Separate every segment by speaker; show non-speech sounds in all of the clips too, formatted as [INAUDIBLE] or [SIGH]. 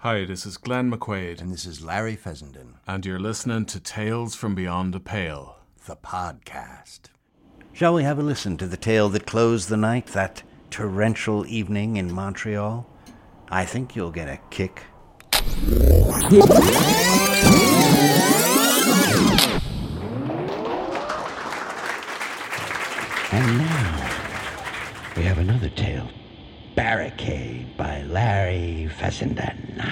Speaker 1: Hi, this is Glenn McQuaid,
Speaker 2: And this is Larry Fessenden,
Speaker 1: and you're listening to Tales from Beyond the Pale.
Speaker 2: the podcast. Shall we have a listen to the tale that closed the night, that torrential evening in Montreal? I think you'll get a kick.
Speaker 3: And now we have another tale Barricade by Larry Fessenden.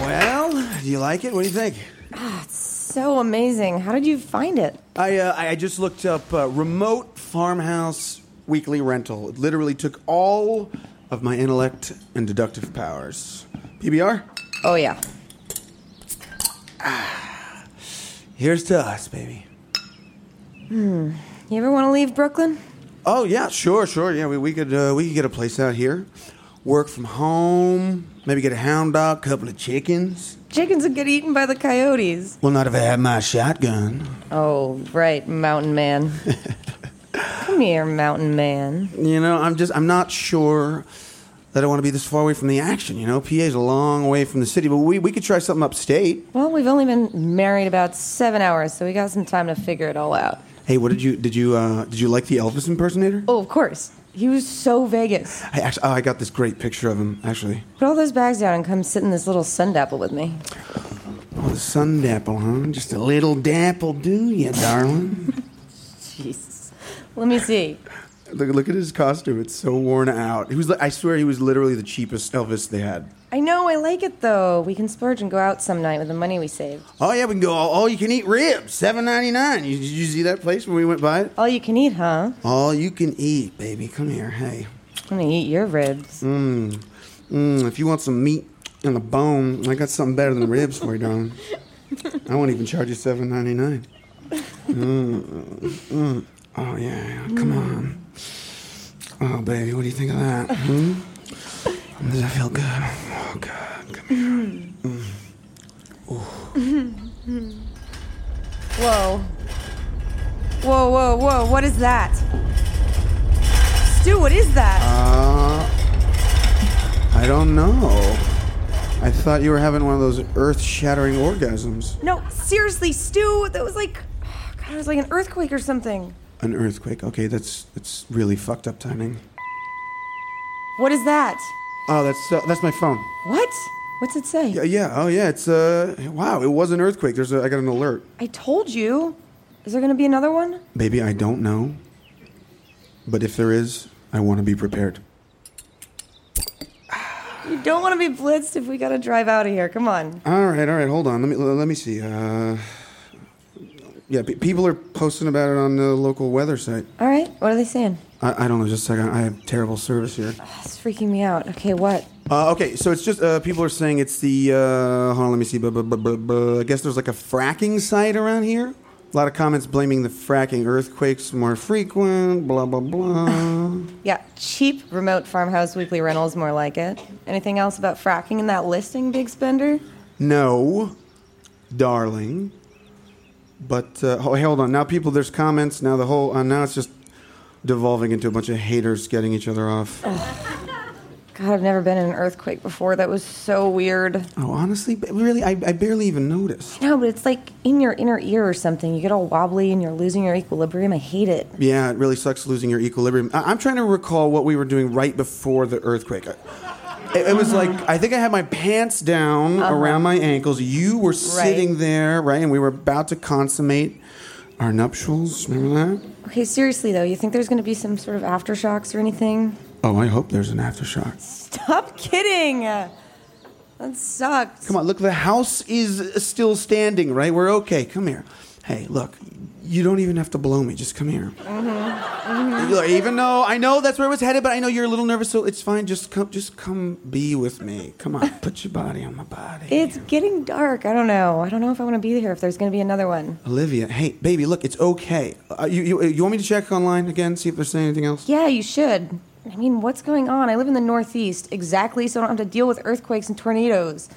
Speaker 4: Well, do you like it? What do you think?
Speaker 5: So amazing. How did you find it?
Speaker 4: I uh, I I just looked up uh, remote farmhouse weekly rental. It literally took all of my intellect and deductive powers. PBR,
Speaker 5: Oh, yeah.
Speaker 4: here's to us, baby.
Speaker 5: You ever want to leave Brooklyn?
Speaker 4: Oh yeah, sure, sure. Yeah, we, we could uh, we could get a place out here, work from home, maybe get a hound dog, couple of chickens.
Speaker 5: Chickens would get eaten by the coyotes.
Speaker 4: Well, not if I had my shotgun.
Speaker 5: Oh, right, mountain man. [LAUGHS] Come here, mountain man.
Speaker 4: You know, I'm just I'm not sure that I want to be this far away from the action. You know, PA's a long way from the city, but we we could try something upstate.
Speaker 5: Well, we've only been married about seven hours, so we got some time to figure it all out.
Speaker 4: Hey, what did you did you uh, did you like the Elvis impersonator?
Speaker 5: Oh, of course. He was so Vegas.
Speaker 4: I actually, oh, I got this great picture of him actually.
Speaker 5: Put all those bags down and come sit in this little sun dapple with me.
Speaker 4: Oh, the sun dapple, huh? Just a little dapple, do ya, darling?
Speaker 5: Jesus. Let me see.
Speaker 4: [LAUGHS] look, look at his costume; it's so worn out. He was, li- I swear, he was literally the cheapest Elvis they had.
Speaker 5: I know, I like it though. We can splurge and go out some night with the money we saved.
Speaker 4: Oh yeah, we can go all, all you can eat ribs, seven ninety nine. You, did you see that place when we went by it?
Speaker 5: All you can eat, huh?
Speaker 4: All you can eat, baby. Come here, hey.
Speaker 5: I'm gonna eat your ribs.
Speaker 4: Mm, if you want some meat and a bone, I got something better than ribs for you, darling. I won't even charge you seven ninety nine. Mm, mm, mm. Oh yeah, yeah, come on. Oh baby, what do you think of that? Hmm? Does that feel good? Oh god, come here.
Speaker 5: Whoa. Whoa, whoa, whoa. What is that? Stu, what is
Speaker 4: Uh.
Speaker 5: that?
Speaker 4: I don't know. I thought you were having one of those earth-shattering orgasms.
Speaker 5: no, seriously, Stu, that was like. [SIGHS] God, it was like an earthquake or something.
Speaker 4: An earthquake. Okay, that's that's really fucked up timing.
Speaker 5: What is that?
Speaker 4: Oh, that's uh, that's my phone.
Speaker 5: What? What's it say?
Speaker 4: Yeah, yeah. Oh, yeah. It's uh, wow. It was an earthquake. There's a. I got an alert.
Speaker 5: I told you. Is there gonna be another one?
Speaker 4: Baby, I don't know. But if there is, I want to be prepared.
Speaker 5: You don't wanna be blitzed if we gotta drive out of here. Come on.
Speaker 4: All right, all right. Hold on. Let me let me see. Uh, yeah, pe people are posting about it on the local weather site.
Speaker 5: All right, what are they saying? [SIGHS]
Speaker 4: I, I don't know. Just a second. I have terrible service here.
Speaker 5: That's freaking me out. Okay, what?
Speaker 4: Uh, okay, so it's just uh, people are saying it's the. Uh, hold on, let me see. Buh, buh, buh, buh, buh. I guess there's like a fracking site around here. A lot of comments blaming the fracking. Earthquakes more frequent. Blah blah blah.
Speaker 5: Yeah, cheap remote farmhouse weekly rentals, more like it. Anything else about fracking in that listing, Big Spender?
Speaker 4: no, darling. But uh, ho- hey, hold on. Now people, there's comments. Now the whole. Uh, now it's just devolving into a bunch of haters getting each other off.
Speaker 5: God, I've never been in an earthquake before. That was so weird.
Speaker 4: Oh, honestly, ba- really, I, I barely even noticed.
Speaker 5: No, but it's like in your inner ear or something. You get all wobbly and you're losing your equilibrium. I hate it.
Speaker 4: Yeah, it really sucks losing your equilibrium. I- I'm trying to recall what we were doing right before the earthquake. I- It, it was like I think I had my pants down around my ankles. You were sitting there, right, and we were about to consummate our nuptials. Remember that?
Speaker 5: Okay, seriously though, you think there's gonna be some sort of aftershocks or anything?
Speaker 4: Oh, I hope there's an aftershock.
Speaker 5: Stop kidding! That sucked.
Speaker 4: Come on, look, the house is still standing, right? We're okay. Come here. Hey, look, you don't even have to blow me. Just come here. Look, Even though I know that's where I was headed, but I know you're a little nervous, so it's fine. Just come, just come, be with me. Come on, put your body on my body.
Speaker 5: It's getting dark. I don't know. I don't know if I wanna be here if there's gonna be another one.
Speaker 4: Olivia. Hey, baby, look, it's okay. Uh, you, you, you want me to check online again, see if they're saying anything else?
Speaker 5: Yeah, you should. I mean, what's going on? I live in the Northeast, exactly, so I don't have to deal with earthquakes and tornadoes.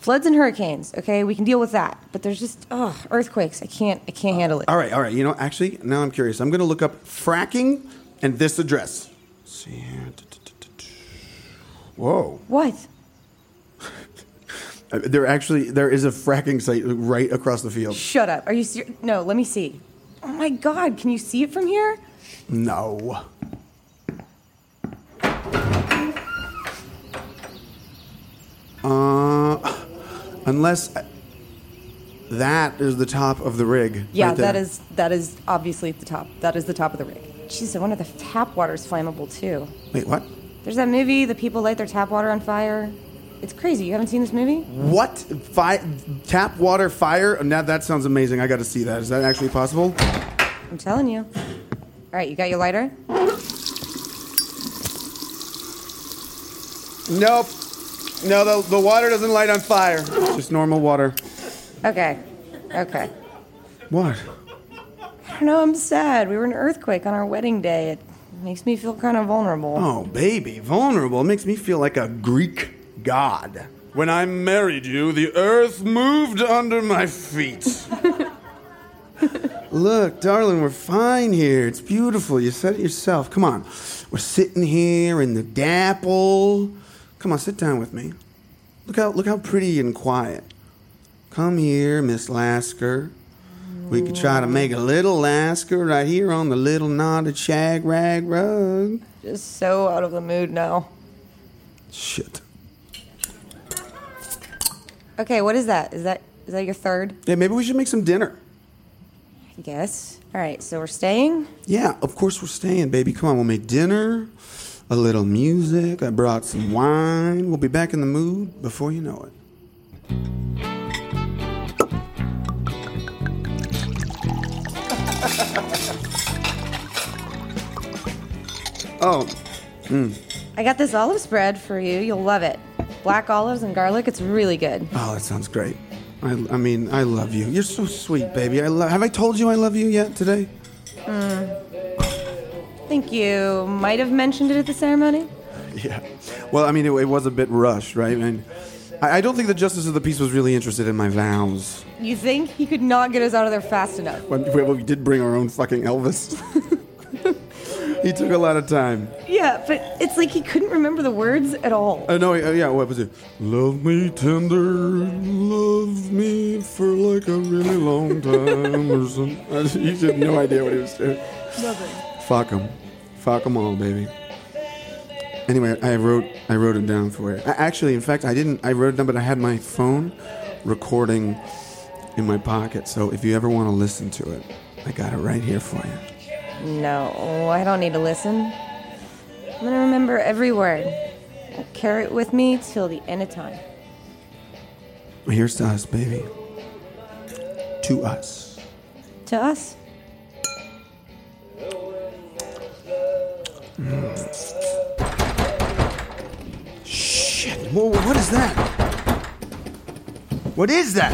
Speaker 5: Floods and hurricanes, okay? We can deal with that. But there's just ugh, earthquakes. I can't I can't handle it.
Speaker 4: All right, all right. You know, actually, now I'm curious. I'm going to look up fracking and this address. Let's see here. Whoa.
Speaker 5: What?
Speaker 4: Uh, There actually there is a fracking site right across the field.
Speaker 5: Shut up. Are you serious? No, let me see. Oh my god, can you see it from here?
Speaker 4: No. Uh, unless that is the top of the rig.
Speaker 5: Yeah,
Speaker 4: right there.
Speaker 5: that is that is obviously at the top. That is the top of the rig. Jeez, I wonder if the tap water's flammable too.
Speaker 4: Wait, what?
Speaker 5: There's that movie, the people light their tap water on fire. It's crazy. You haven't seen this movie?
Speaker 4: What? Fi- tap water fire? Oh, Now that sounds amazing. I got to see that. Is that actually possible?
Speaker 5: I'm telling you. All right, you got your lighter?
Speaker 4: Nope. No, the, the water doesn't light on fire. Just normal water.
Speaker 5: Okay. Okay.
Speaker 4: What?
Speaker 5: I don't know, I'm sad. We were in an earthquake on our wedding day. It makes me feel kind of vulnerable.
Speaker 4: Oh, baby, vulnerable makes me feel like a Greek god. When I married you, the earth moved under my feet. [LAUGHS] Look, darling, we're fine here. It's beautiful. You said it yourself. Come on. We're sitting here in the dapple. Come on, sit down with me. Look how look how pretty and quiet. Come here, Miss Lasker. We could try to make a little Lasker right here on the little knotted shag rag rug.
Speaker 5: Just so out of the mood now.
Speaker 4: Shit.
Speaker 5: Okay, what is that? Is that is that your third?
Speaker 4: Yeah, maybe we should make some dinner.
Speaker 5: I guess. All right, so we're staying.
Speaker 4: Yeah, of course we're staying, baby. Come on, we'll make dinner, a little music. I brought some wine. We'll be back in the mood before you know it. [LAUGHS] oh,
Speaker 5: I got this olive spread for you. You'll love it. Black olives and garlic. It's really good.
Speaker 4: oh, that sounds great. I, I mean, I love you. You're so sweet, baby. I love. Have I told you I love you yet today?
Speaker 5: I think you might have mentioned it at the ceremony.
Speaker 4: Yeah. Well, I mean, it, it was a bit rushed, right? And I, I don't think the justice of the peace was really interested in my vows.
Speaker 5: You think he could not get us out of there fast enough?
Speaker 4: Well, we- well, we did bring our own fucking Elvis. [LAUGHS] he took a lot of time.
Speaker 5: Yeah, but it's like he couldn't remember the words at all.
Speaker 4: Oh no! Uh, yeah, what was it? Love me tender, love me for like a really long time, or something. [LAUGHS] He had no idea what he was doing. Fuck them, fuck them all, baby. Anyway, I wrote I wrote it down for you. I, actually, in fact, I didn't. I wrote it down, but I had my phone recording in my pocket. So if you ever want to listen to it, I got it right here for you.
Speaker 5: No, Oh, I don't need to listen. I'm gonna remember every word. I'll carry it with me till the end of time.
Speaker 4: Here's to us, baby. To us.
Speaker 5: To us.
Speaker 4: Shit. Whoa, what is that? What is that?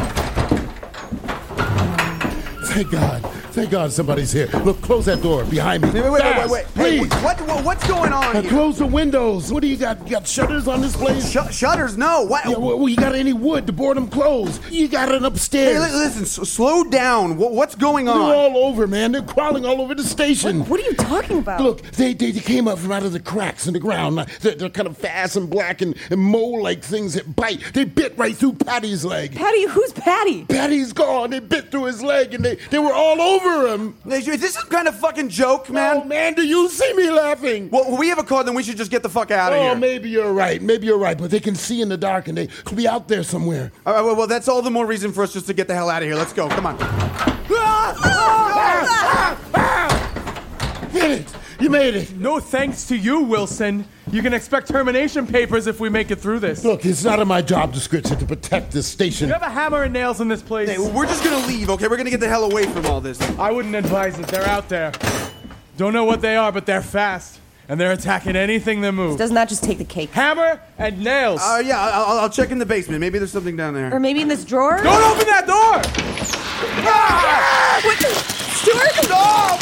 Speaker 6: Thank God. Thank God somebody's here. Look, close that door behind me.
Speaker 4: Wait, wait, wait, wait,
Speaker 6: Fast,
Speaker 4: wait. Hey,
Speaker 6: Please.
Speaker 4: what, what, what's going on
Speaker 6: And
Speaker 4: here?
Speaker 6: close the windows. What do you got? You got shutters on this place?
Speaker 4: Shu- shutters, no. What?
Speaker 6: Yeah, well, well, you got any wood to board them closed? You got an
Speaker 4: hey,
Speaker 6: upstairs.
Speaker 4: li- listen, s- slow down. Wha- what's going
Speaker 6: They're
Speaker 4: on?
Speaker 6: all over, man. They're crawling all over the station.
Speaker 5: What are you talking about?
Speaker 6: Look, they, they they came up from out of the cracks in the ground. They're, they're kind of fast and black and, and mole-like things that bite. They bit right through Patty's leg.
Speaker 5: Patty, who's Patty?
Speaker 6: Patty's gone. They bit through his leg, and they, they were all over him.
Speaker 4: Is this some kind of fucking joke,
Speaker 6: Man,
Speaker 4: man?
Speaker 6: oh, man, do you see me laughing?
Speaker 4: Well, we have a call, then we should just get the fuck out of
Speaker 6: Oh,
Speaker 4: here.
Speaker 6: maybe you're right. Maybe you're right. But they can see in the dark, and they could be out there somewhere.
Speaker 4: All right, well, well, that's all the more reason for us just to get the hell out of here. Let's go. Come
Speaker 6: [LAUGHS]
Speaker 4: on.
Speaker 6: Did it? You made it.
Speaker 7: No thanks to you, Wilson. You can expect termination papers if we make it through this.
Speaker 6: Look, it's not in my job description to protect this
Speaker 7: You
Speaker 6: station.
Speaker 7: have a hammer and nails in this place.
Speaker 4: Hey, we're just gonna leave, okay? We're gonna get the hell away from all this.
Speaker 7: I wouldn't advise it. They're out there. Don't know what they are, but they're fast. And they're attacking anything that moves.
Speaker 5: Doesn't that just take the cake?
Speaker 7: Hammer and nails.
Speaker 4: Uh, yeah, I- I'll, I'll check in the basement. Maybe there's something down there.
Speaker 5: Or maybe in this drawer?
Speaker 7: Don't open that door!
Speaker 5: What the- Stuart?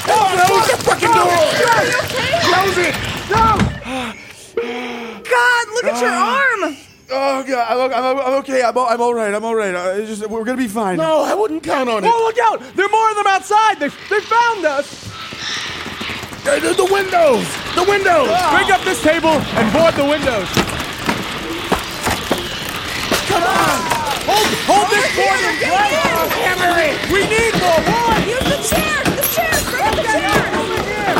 Speaker 6: Close the fucking door!
Speaker 5: Are you okay?
Speaker 6: Close it!
Speaker 5: God, look at your arm!
Speaker 4: Oh, God.
Speaker 8: Ah. I'm, I'm, I'm okay. I'm, all- I'm all right. I'm all right. Uh, it's just, we're gonna be fine.
Speaker 6: No, I wouldn't count on it.
Speaker 7: Oh, look out! There are more of them outside! They, they found us!
Speaker 6: Uh, The, the windows! The windows!
Speaker 7: Break up this table and board the windows!
Speaker 6: Come on!
Speaker 7: Hold, hold this board in place! We need more! More!
Speaker 5: Use the chair! The chair! Bring up the chair!
Speaker 7: Over here!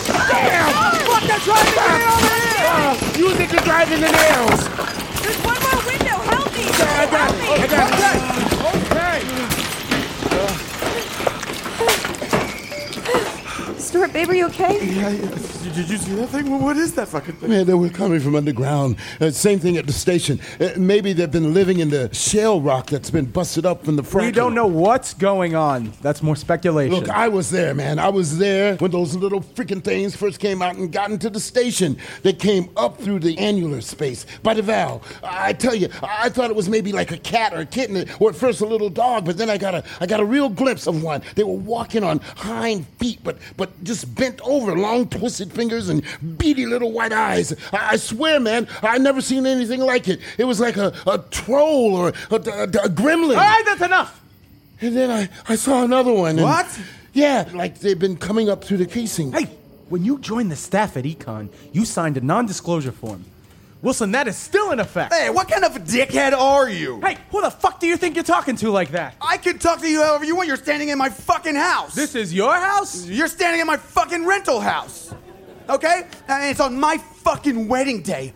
Speaker 6: Fuck, that's right! Use it to drive in the nails!
Speaker 5: There's one more window! Help me!
Speaker 6: I got it. I got it.
Speaker 7: Okay!
Speaker 5: Stuart, babe, are you okay?
Speaker 8: Yeah, yeah. Did, did you see that thing? What is that fucking thing?
Speaker 6: Man, they were coming from underground. Uh, same thing at the station. Uh, maybe they've been living in the shale rock that's been busted up from the fracking.
Speaker 7: We don't know what's going on. That's more speculation.
Speaker 6: Look, I was there, man. I was there when those little freaking things first came out and got into the station. They came up through the annular space by the valve. I I tell you, I thought it was maybe like a cat or a kitten, or at first a little dog, but then I got a I got a real glimpse of one. They were walking on hind feet, but but just bent over, long twisted fingers and beady little white eyes. I, I swear, man, I never seen anything like it. It was like a, a troll or a, a, a gremlin.
Speaker 7: All right, that's enough!
Speaker 6: And then I, I saw another one. and-
Speaker 7: What?
Speaker 6: Yeah, like they've been coming up through the casing.
Speaker 7: Hey, when you joined the staff at Econ, you signed a non-disclosure form. Wilson, that is still in effect.
Speaker 8: Hey, what kind of a dickhead are you?
Speaker 7: Hey, who the fuck do you think you're talking to like that?
Speaker 8: I can talk to you however you want. You're standing in my fucking house.
Speaker 7: This is your house?
Speaker 8: You're standing in my fucking rental house. Okay? And it's on my fucking wedding day.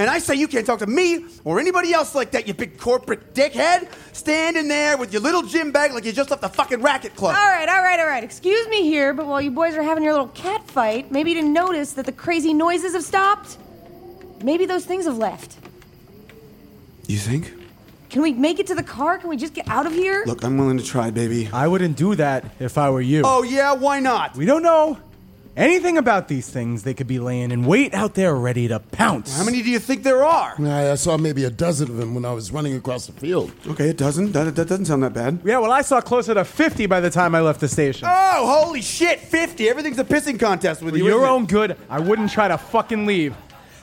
Speaker 8: And I say you can't talk to me or anybody else like that, you big corporate dickhead. Standing there with your little gym bag like you just left the fucking racket club.
Speaker 5: All right, all right, all right. Excuse me here, but while you boys are having your little cat fight, maybe you didn't notice that the crazy noises have stopped. Maybe those things have left.
Speaker 8: You think?
Speaker 5: Can we make it to the car? Can we just get out of here?
Speaker 8: Look, I'm willing to try, baby.
Speaker 7: I wouldn't do that if I were you.
Speaker 8: Oh, yeah, why not?
Speaker 7: We don't know anything about these things. They could be laying in wait out there ready to pounce.
Speaker 8: How many do you think there are?
Speaker 6: I, I saw maybe a dozen of them when I was running across the field.
Speaker 8: Okay, it doesn't. That, that doesn't sound that bad.
Speaker 7: Yeah, well, I saw closer to 50 by the time I left the station.
Speaker 8: Oh, holy shit, 50. Everything's a pissing contest with
Speaker 7: For
Speaker 8: you.
Speaker 7: your
Speaker 8: isn't it?
Speaker 7: own good, I wouldn't try to fucking leave.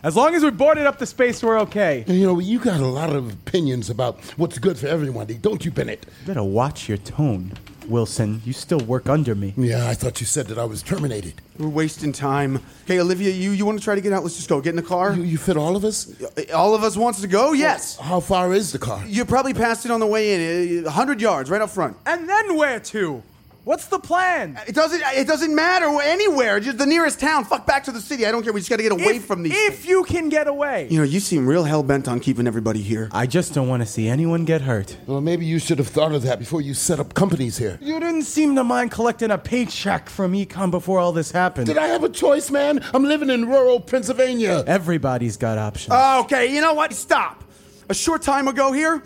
Speaker 7: As long as we boarded up the space, we're okay.
Speaker 6: And, you know, you got a lot of opinions about what's good for everyone, don't you, Bennett?
Speaker 7: You better watch your tone, Wilson. You still work under me.
Speaker 6: Yeah, I thought you said that I was terminated.
Speaker 8: We're wasting time. Okay, Olivia, you, you want to try to get out? Let's just go. Get in the car.
Speaker 6: You, you fit all of us?
Speaker 8: All of us wants to go? Yes.
Speaker 6: How far is the car?
Speaker 8: You probably passed it on the way in, uh, 100 yards, right up front.
Speaker 7: And then where to? What's the plan?
Speaker 8: It doesn't. It doesn't matter anywhere. Just the nearest town. Fuck back to the city. I don't care. We just got to get away
Speaker 7: if,
Speaker 8: from these.
Speaker 7: If you can get away.
Speaker 8: you know, you seem real hell bent on keeping everybody here.
Speaker 7: I just don't want to see anyone get hurt.
Speaker 6: Well, maybe you should have thought of that before you set up companies here.
Speaker 7: You didn't seem to mind collecting a paycheck from Econ before all this happened.
Speaker 6: Did I have a choice, man? I'm living in rural Pennsylvania.
Speaker 7: Everybody's got options.
Speaker 8: Oh, Okay, you know what? Stop. A short time ago here,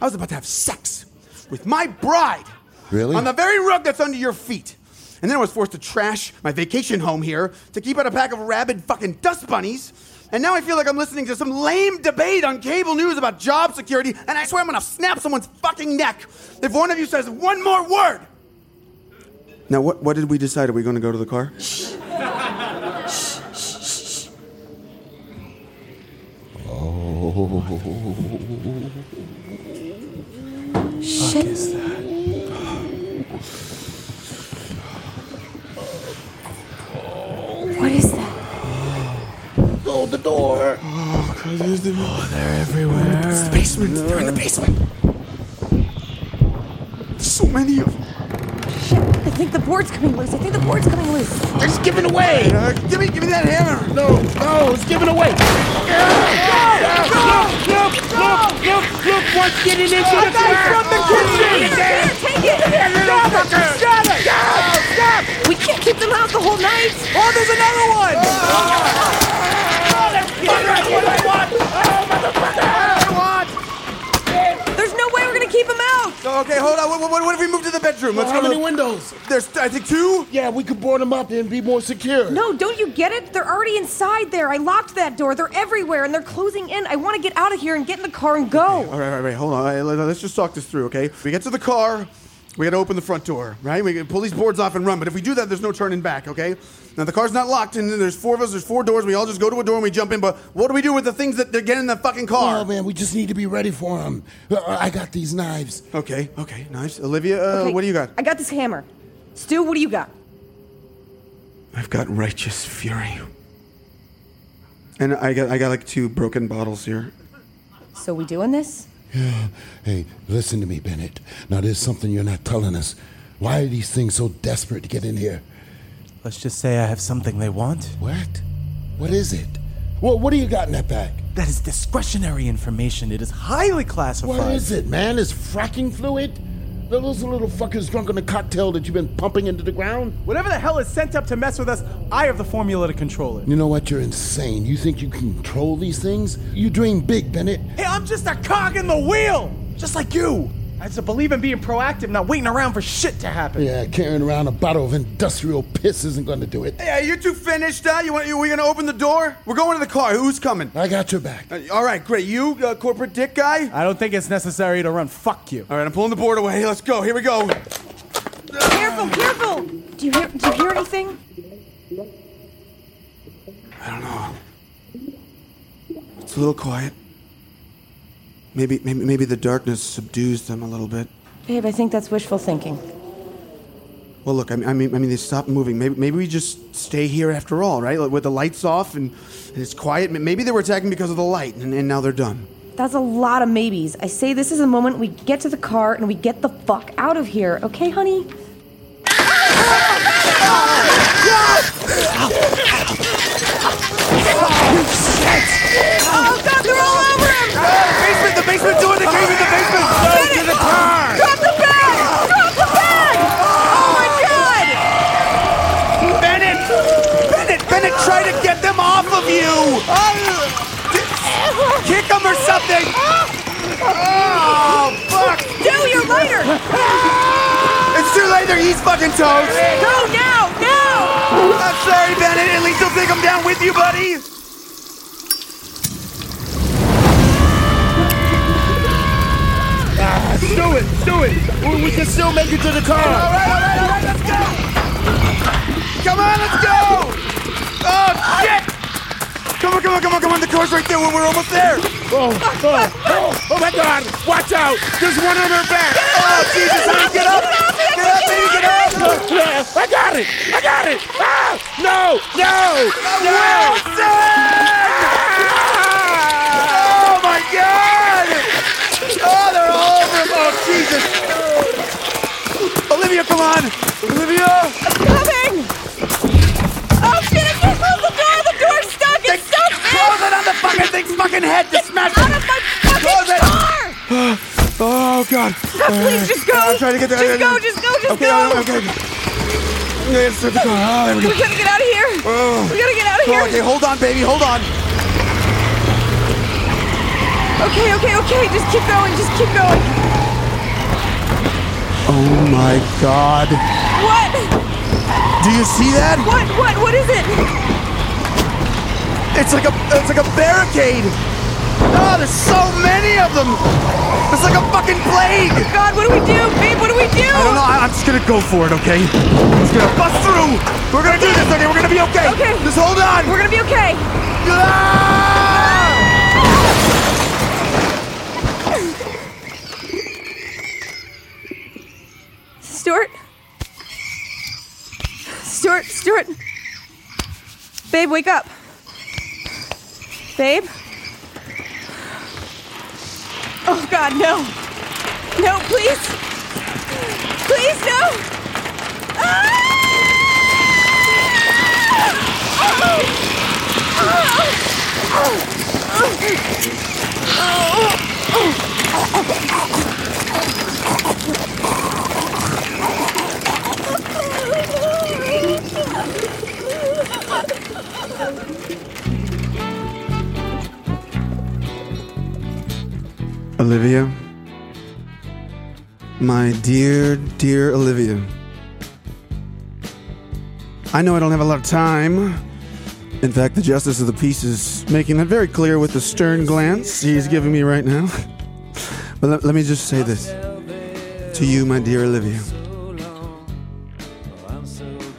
Speaker 8: I was about to have sex with my bride.
Speaker 6: Really?
Speaker 8: On the very rug that's under your feet. And then I was forced to trash my vacation home here to keep out a pack of rabid fucking dust bunnies. And now I feel like I'm listening to some lame debate on cable news about job security, and I swear I'm gonna snap someone's fucking neck if one of you says one more word. Now, what, what did we decide? Are we gonna go to the car?
Speaker 5: Shit. What is that?
Speaker 6: Hold Oh, the door. Oh,
Speaker 8: It's the basement. They're in the basement. So many of them.
Speaker 5: Shit. I think the board's coming loose. I think the board's coming loose.
Speaker 6: It's giving away.
Speaker 8: Uh, give me, give me that hammer.
Speaker 6: No, no, it's giving away. Look, look, look, look, look what's getting into the car.
Speaker 5: from the kitchen! Take it! Stop it! Stop! We can't keep them out the whole night! Oh, there's another one! There's no way we're gonna keep them out!
Speaker 8: Okay, hold on. What, what, what if we move to the bedroom? Let's
Speaker 6: How
Speaker 8: go. to-
Speaker 6: many windows?
Speaker 8: There's, I think, two.
Speaker 6: Yeah, we could board them up and be more secure.
Speaker 5: No, don't you get it? They're already inside there. I locked that door. They're everywhere and they're closing in. I want to get out of here and get in the car and go.
Speaker 8: All right, all right, all right. Hold on. All right, let- let's just talk this through, okay? We get to the car. We got to open the front door, right? We can pull these boards off and run. But if we do that, there's no turning back, okay? Now the car's not locked, and there's four of us. There's four doors. We all just go to a door and we jump in. But what do we do with the things that they're getting in the fucking car?
Speaker 6: Oh man, we just need to be ready for him. I got these knives.
Speaker 8: okay, okay, knives. Olivia, uh,
Speaker 5: Okay,
Speaker 8: what do you got?
Speaker 5: I got this hammer. Stu, what do you got?
Speaker 8: I've got righteous fury, and I got I got like two broken bottles here.
Speaker 5: So we doing this?
Speaker 6: Hey, listen to me, Bennett. Now there's something you're not telling us. Why are these things so desperate to get in here?
Speaker 7: Let's just say I have something they want.
Speaker 6: What? What is it? Well, what do you got in that bag?
Speaker 7: That is discretionary information. It is highly classified.
Speaker 6: What is it, man? Is fracking fluid? Those little fuckers drunk on the cocktail that you've been pumping into the ground?
Speaker 7: Whatever the hell is sent up to mess with us, I have the formula to control it.
Speaker 6: You know what? You're insane. You think you can control these things? You dream big, Bennett.
Speaker 7: Hey, I'm just a cog in the wheel, just like you. I just believe in being proactive, not waiting around for shit to happen.
Speaker 6: Yeah, carrying around a bottle of industrial piss isn't going to do it.
Speaker 8: Yeah, you two finished. Uh, you want? You, we gonna open the door? We're going to the car. Who's coming?
Speaker 6: I got your back.
Speaker 8: Uh, all right, great. You, uh, corporate dick guy.
Speaker 7: I don't think it's necessary to run. Fuck you.
Speaker 8: All right, I'm pulling the board away. Let's go. Here we go.
Speaker 5: Careful, careful! Do you hear? Do you hear anything?
Speaker 8: I don't know. It's a little quiet. Maybe, maybe, maybe the darkness subdues them a little bit.
Speaker 5: Babe, I think that's wishful thinking.
Speaker 8: Well, look, I mean, I mean, I mean, they stopped moving. Maybe, maybe we just stay here after all, right? Like, with the lights off and, and it's quiet. M- Maybe they were attacking because of the light, and, and now they're done.
Speaker 5: That's a lot of maybes. I say this is the moment we get to the car and we get the fuck out of here, okay, honey? Oh, God, they're all over him!
Speaker 8: Basement, the basement door. They came in the basement. Go to the car.
Speaker 5: Drop the bag! Drop the bag! Oh, my God!
Speaker 8: Bennett, Bennett, Bennett, try to get them off of you. Kick them or something. Oh, fuck.
Speaker 5: Do your lighter!
Speaker 8: It's too late. There, he's fucking toast.
Speaker 5: Go now! Now!
Speaker 8: I'm sorry, Bennett. At least he'll take him down with you, buddy. Ah,
Speaker 6: Do it! Do it! We, we can still make it to the car!
Speaker 8: All right, all right, all right. Let's go. Come on, let's go. Oh shit. Come on, come on, come on, come on. The car's right there. We're we're almost there.
Speaker 6: Oh, oh, oh, oh my god! Watch out! There's one on her back!
Speaker 8: Oh, Jesus, honey, get up. Get up, baby, get up.
Speaker 6: I got it! I got it! Ah! No! No!
Speaker 8: Wilson! Oh my God! Oh, they're all over him. Oh Jesus! Olivia, come on! Olivia!
Speaker 5: Coming! Oh, shit, I can't close the door! The door's stuck! It's stuck!
Speaker 8: Close it on the fucking thing's fucking head to smash
Speaker 5: Out
Speaker 8: it!
Speaker 5: of my
Speaker 8: Close
Speaker 5: fucking
Speaker 8: it.
Speaker 5: car!
Speaker 8: Oh God!
Speaker 5: Please, just go.
Speaker 8: I'm trying to get there.
Speaker 5: Just go, just go, just
Speaker 8: okay,
Speaker 5: go.
Speaker 8: Okay, okay. Yeah, it's difficult. Oh, there we go.
Speaker 5: We gotta get out of here.
Speaker 8: Oh.
Speaker 5: We gotta get out of
Speaker 8: Oh, okay,
Speaker 5: here.
Speaker 8: hold on, baby, hold on.
Speaker 5: Okay, okay, okay. Just keep going. Just keep going.
Speaker 8: Oh my God!
Speaker 5: What?
Speaker 8: Do you see that?
Speaker 5: What? What? What is it?
Speaker 8: It's like a it's like a barricade. Oh, there's so many of them. It's like a fucking plague.
Speaker 5: God, what do we do, babe? What do we do?
Speaker 8: I don't know. I, I'm just gonna go for it, okay? I'm just gonna bust through. We're gonna do this, okay? We're gonna be okay.
Speaker 5: Okay.
Speaker 8: Just hold on.
Speaker 5: We're gonna be okay.
Speaker 8: Ah!
Speaker 5: Stuart. Stuart. Stuart. Babe, wake up. Babe. Oh God, no. No, please. Please, no. Ah! Oh! Oh!
Speaker 8: Olivia. My dear, dear Olivia. I know I don't have a lot of time. In fact, the Justice of the Peace is making that very clear with the [LAUGHS] stern glance he's giving me right now. But let, let me just say this to you, my dear Olivia.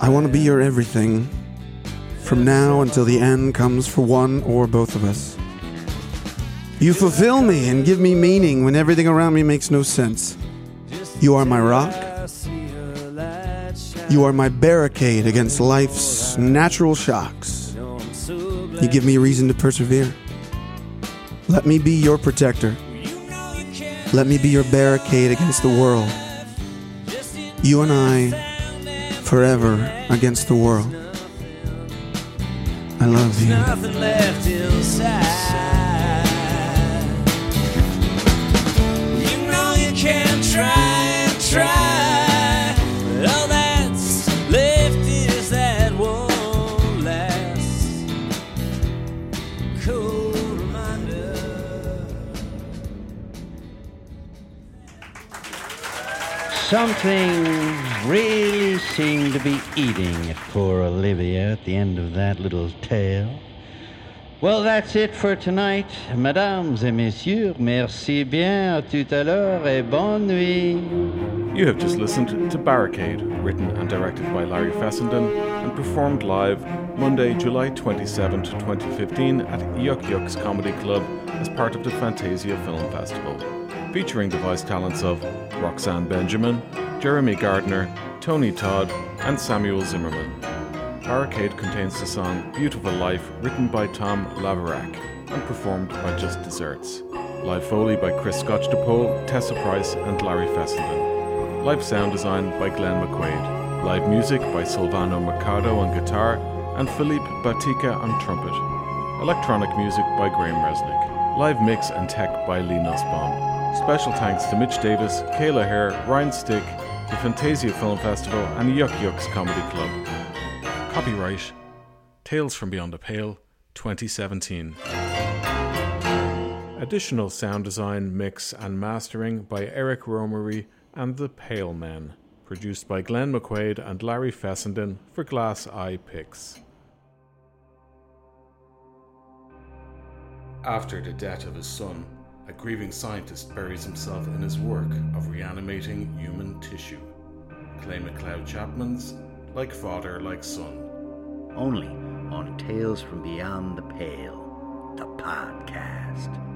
Speaker 8: I want to be your everything from now until the end comes for one or both of us. You fulfill me and give me meaning when everything around me makes no sense. You are my rock. You are my barricade against life's natural shocks. You give me reason to persevere. Let me be your protector. Let me be your barricade against the world. You and I, forever against the world. I love you.
Speaker 3: Something really seemed to be eating at poor Olivia at the end of that little tale. Well, that's it for tonight. Mesdames et messieurs, merci bien, à tout à l'heure et bonne nuit.
Speaker 1: You have just listened to Barricade, written and directed by Larry Fessenden and performed live Monday, July 27, 2015 at Yuck Yuck's Comedy Club as part of the Fantasia Film Festival, featuring the voice talents of Roxanne Benjamin, Jeremy Gardner, Tony Todd, and Samuel Zimmerman. Barricade contains the song Beautiful Life, written by Tom Laverack and performed by Just Desserts. Live Foley by Chris Scotch DePaul, Tessa Price, and Larry Fessenden. Live sound design by Glenn McQuaid. Live music by Silvano Mercado on guitar and Philippe Batica on trumpet. Electronic music by Graham Resnick. Live mix and tech by Lee Nussbaum. Special thanks to Mitch Davis, Kayla Hare, Ryan Stick, the Fantasia Film Festival, and Yuck Yucks Comedy Club. Copyright Tales from Beyond the Pale 2017. Additional sound design, mix, and mastering by Eric Romery and the Pale Men. Produced by Glenn McQuaid and Larry Fessenden for Glass Eye Picks. After the death of his son, a grieving scientist buries himself in his work of reanimating human tissue. Clay McLeod Chapman's Like Father, Like Son
Speaker 2: Only on Tales from Beyond the Pale, the podcast.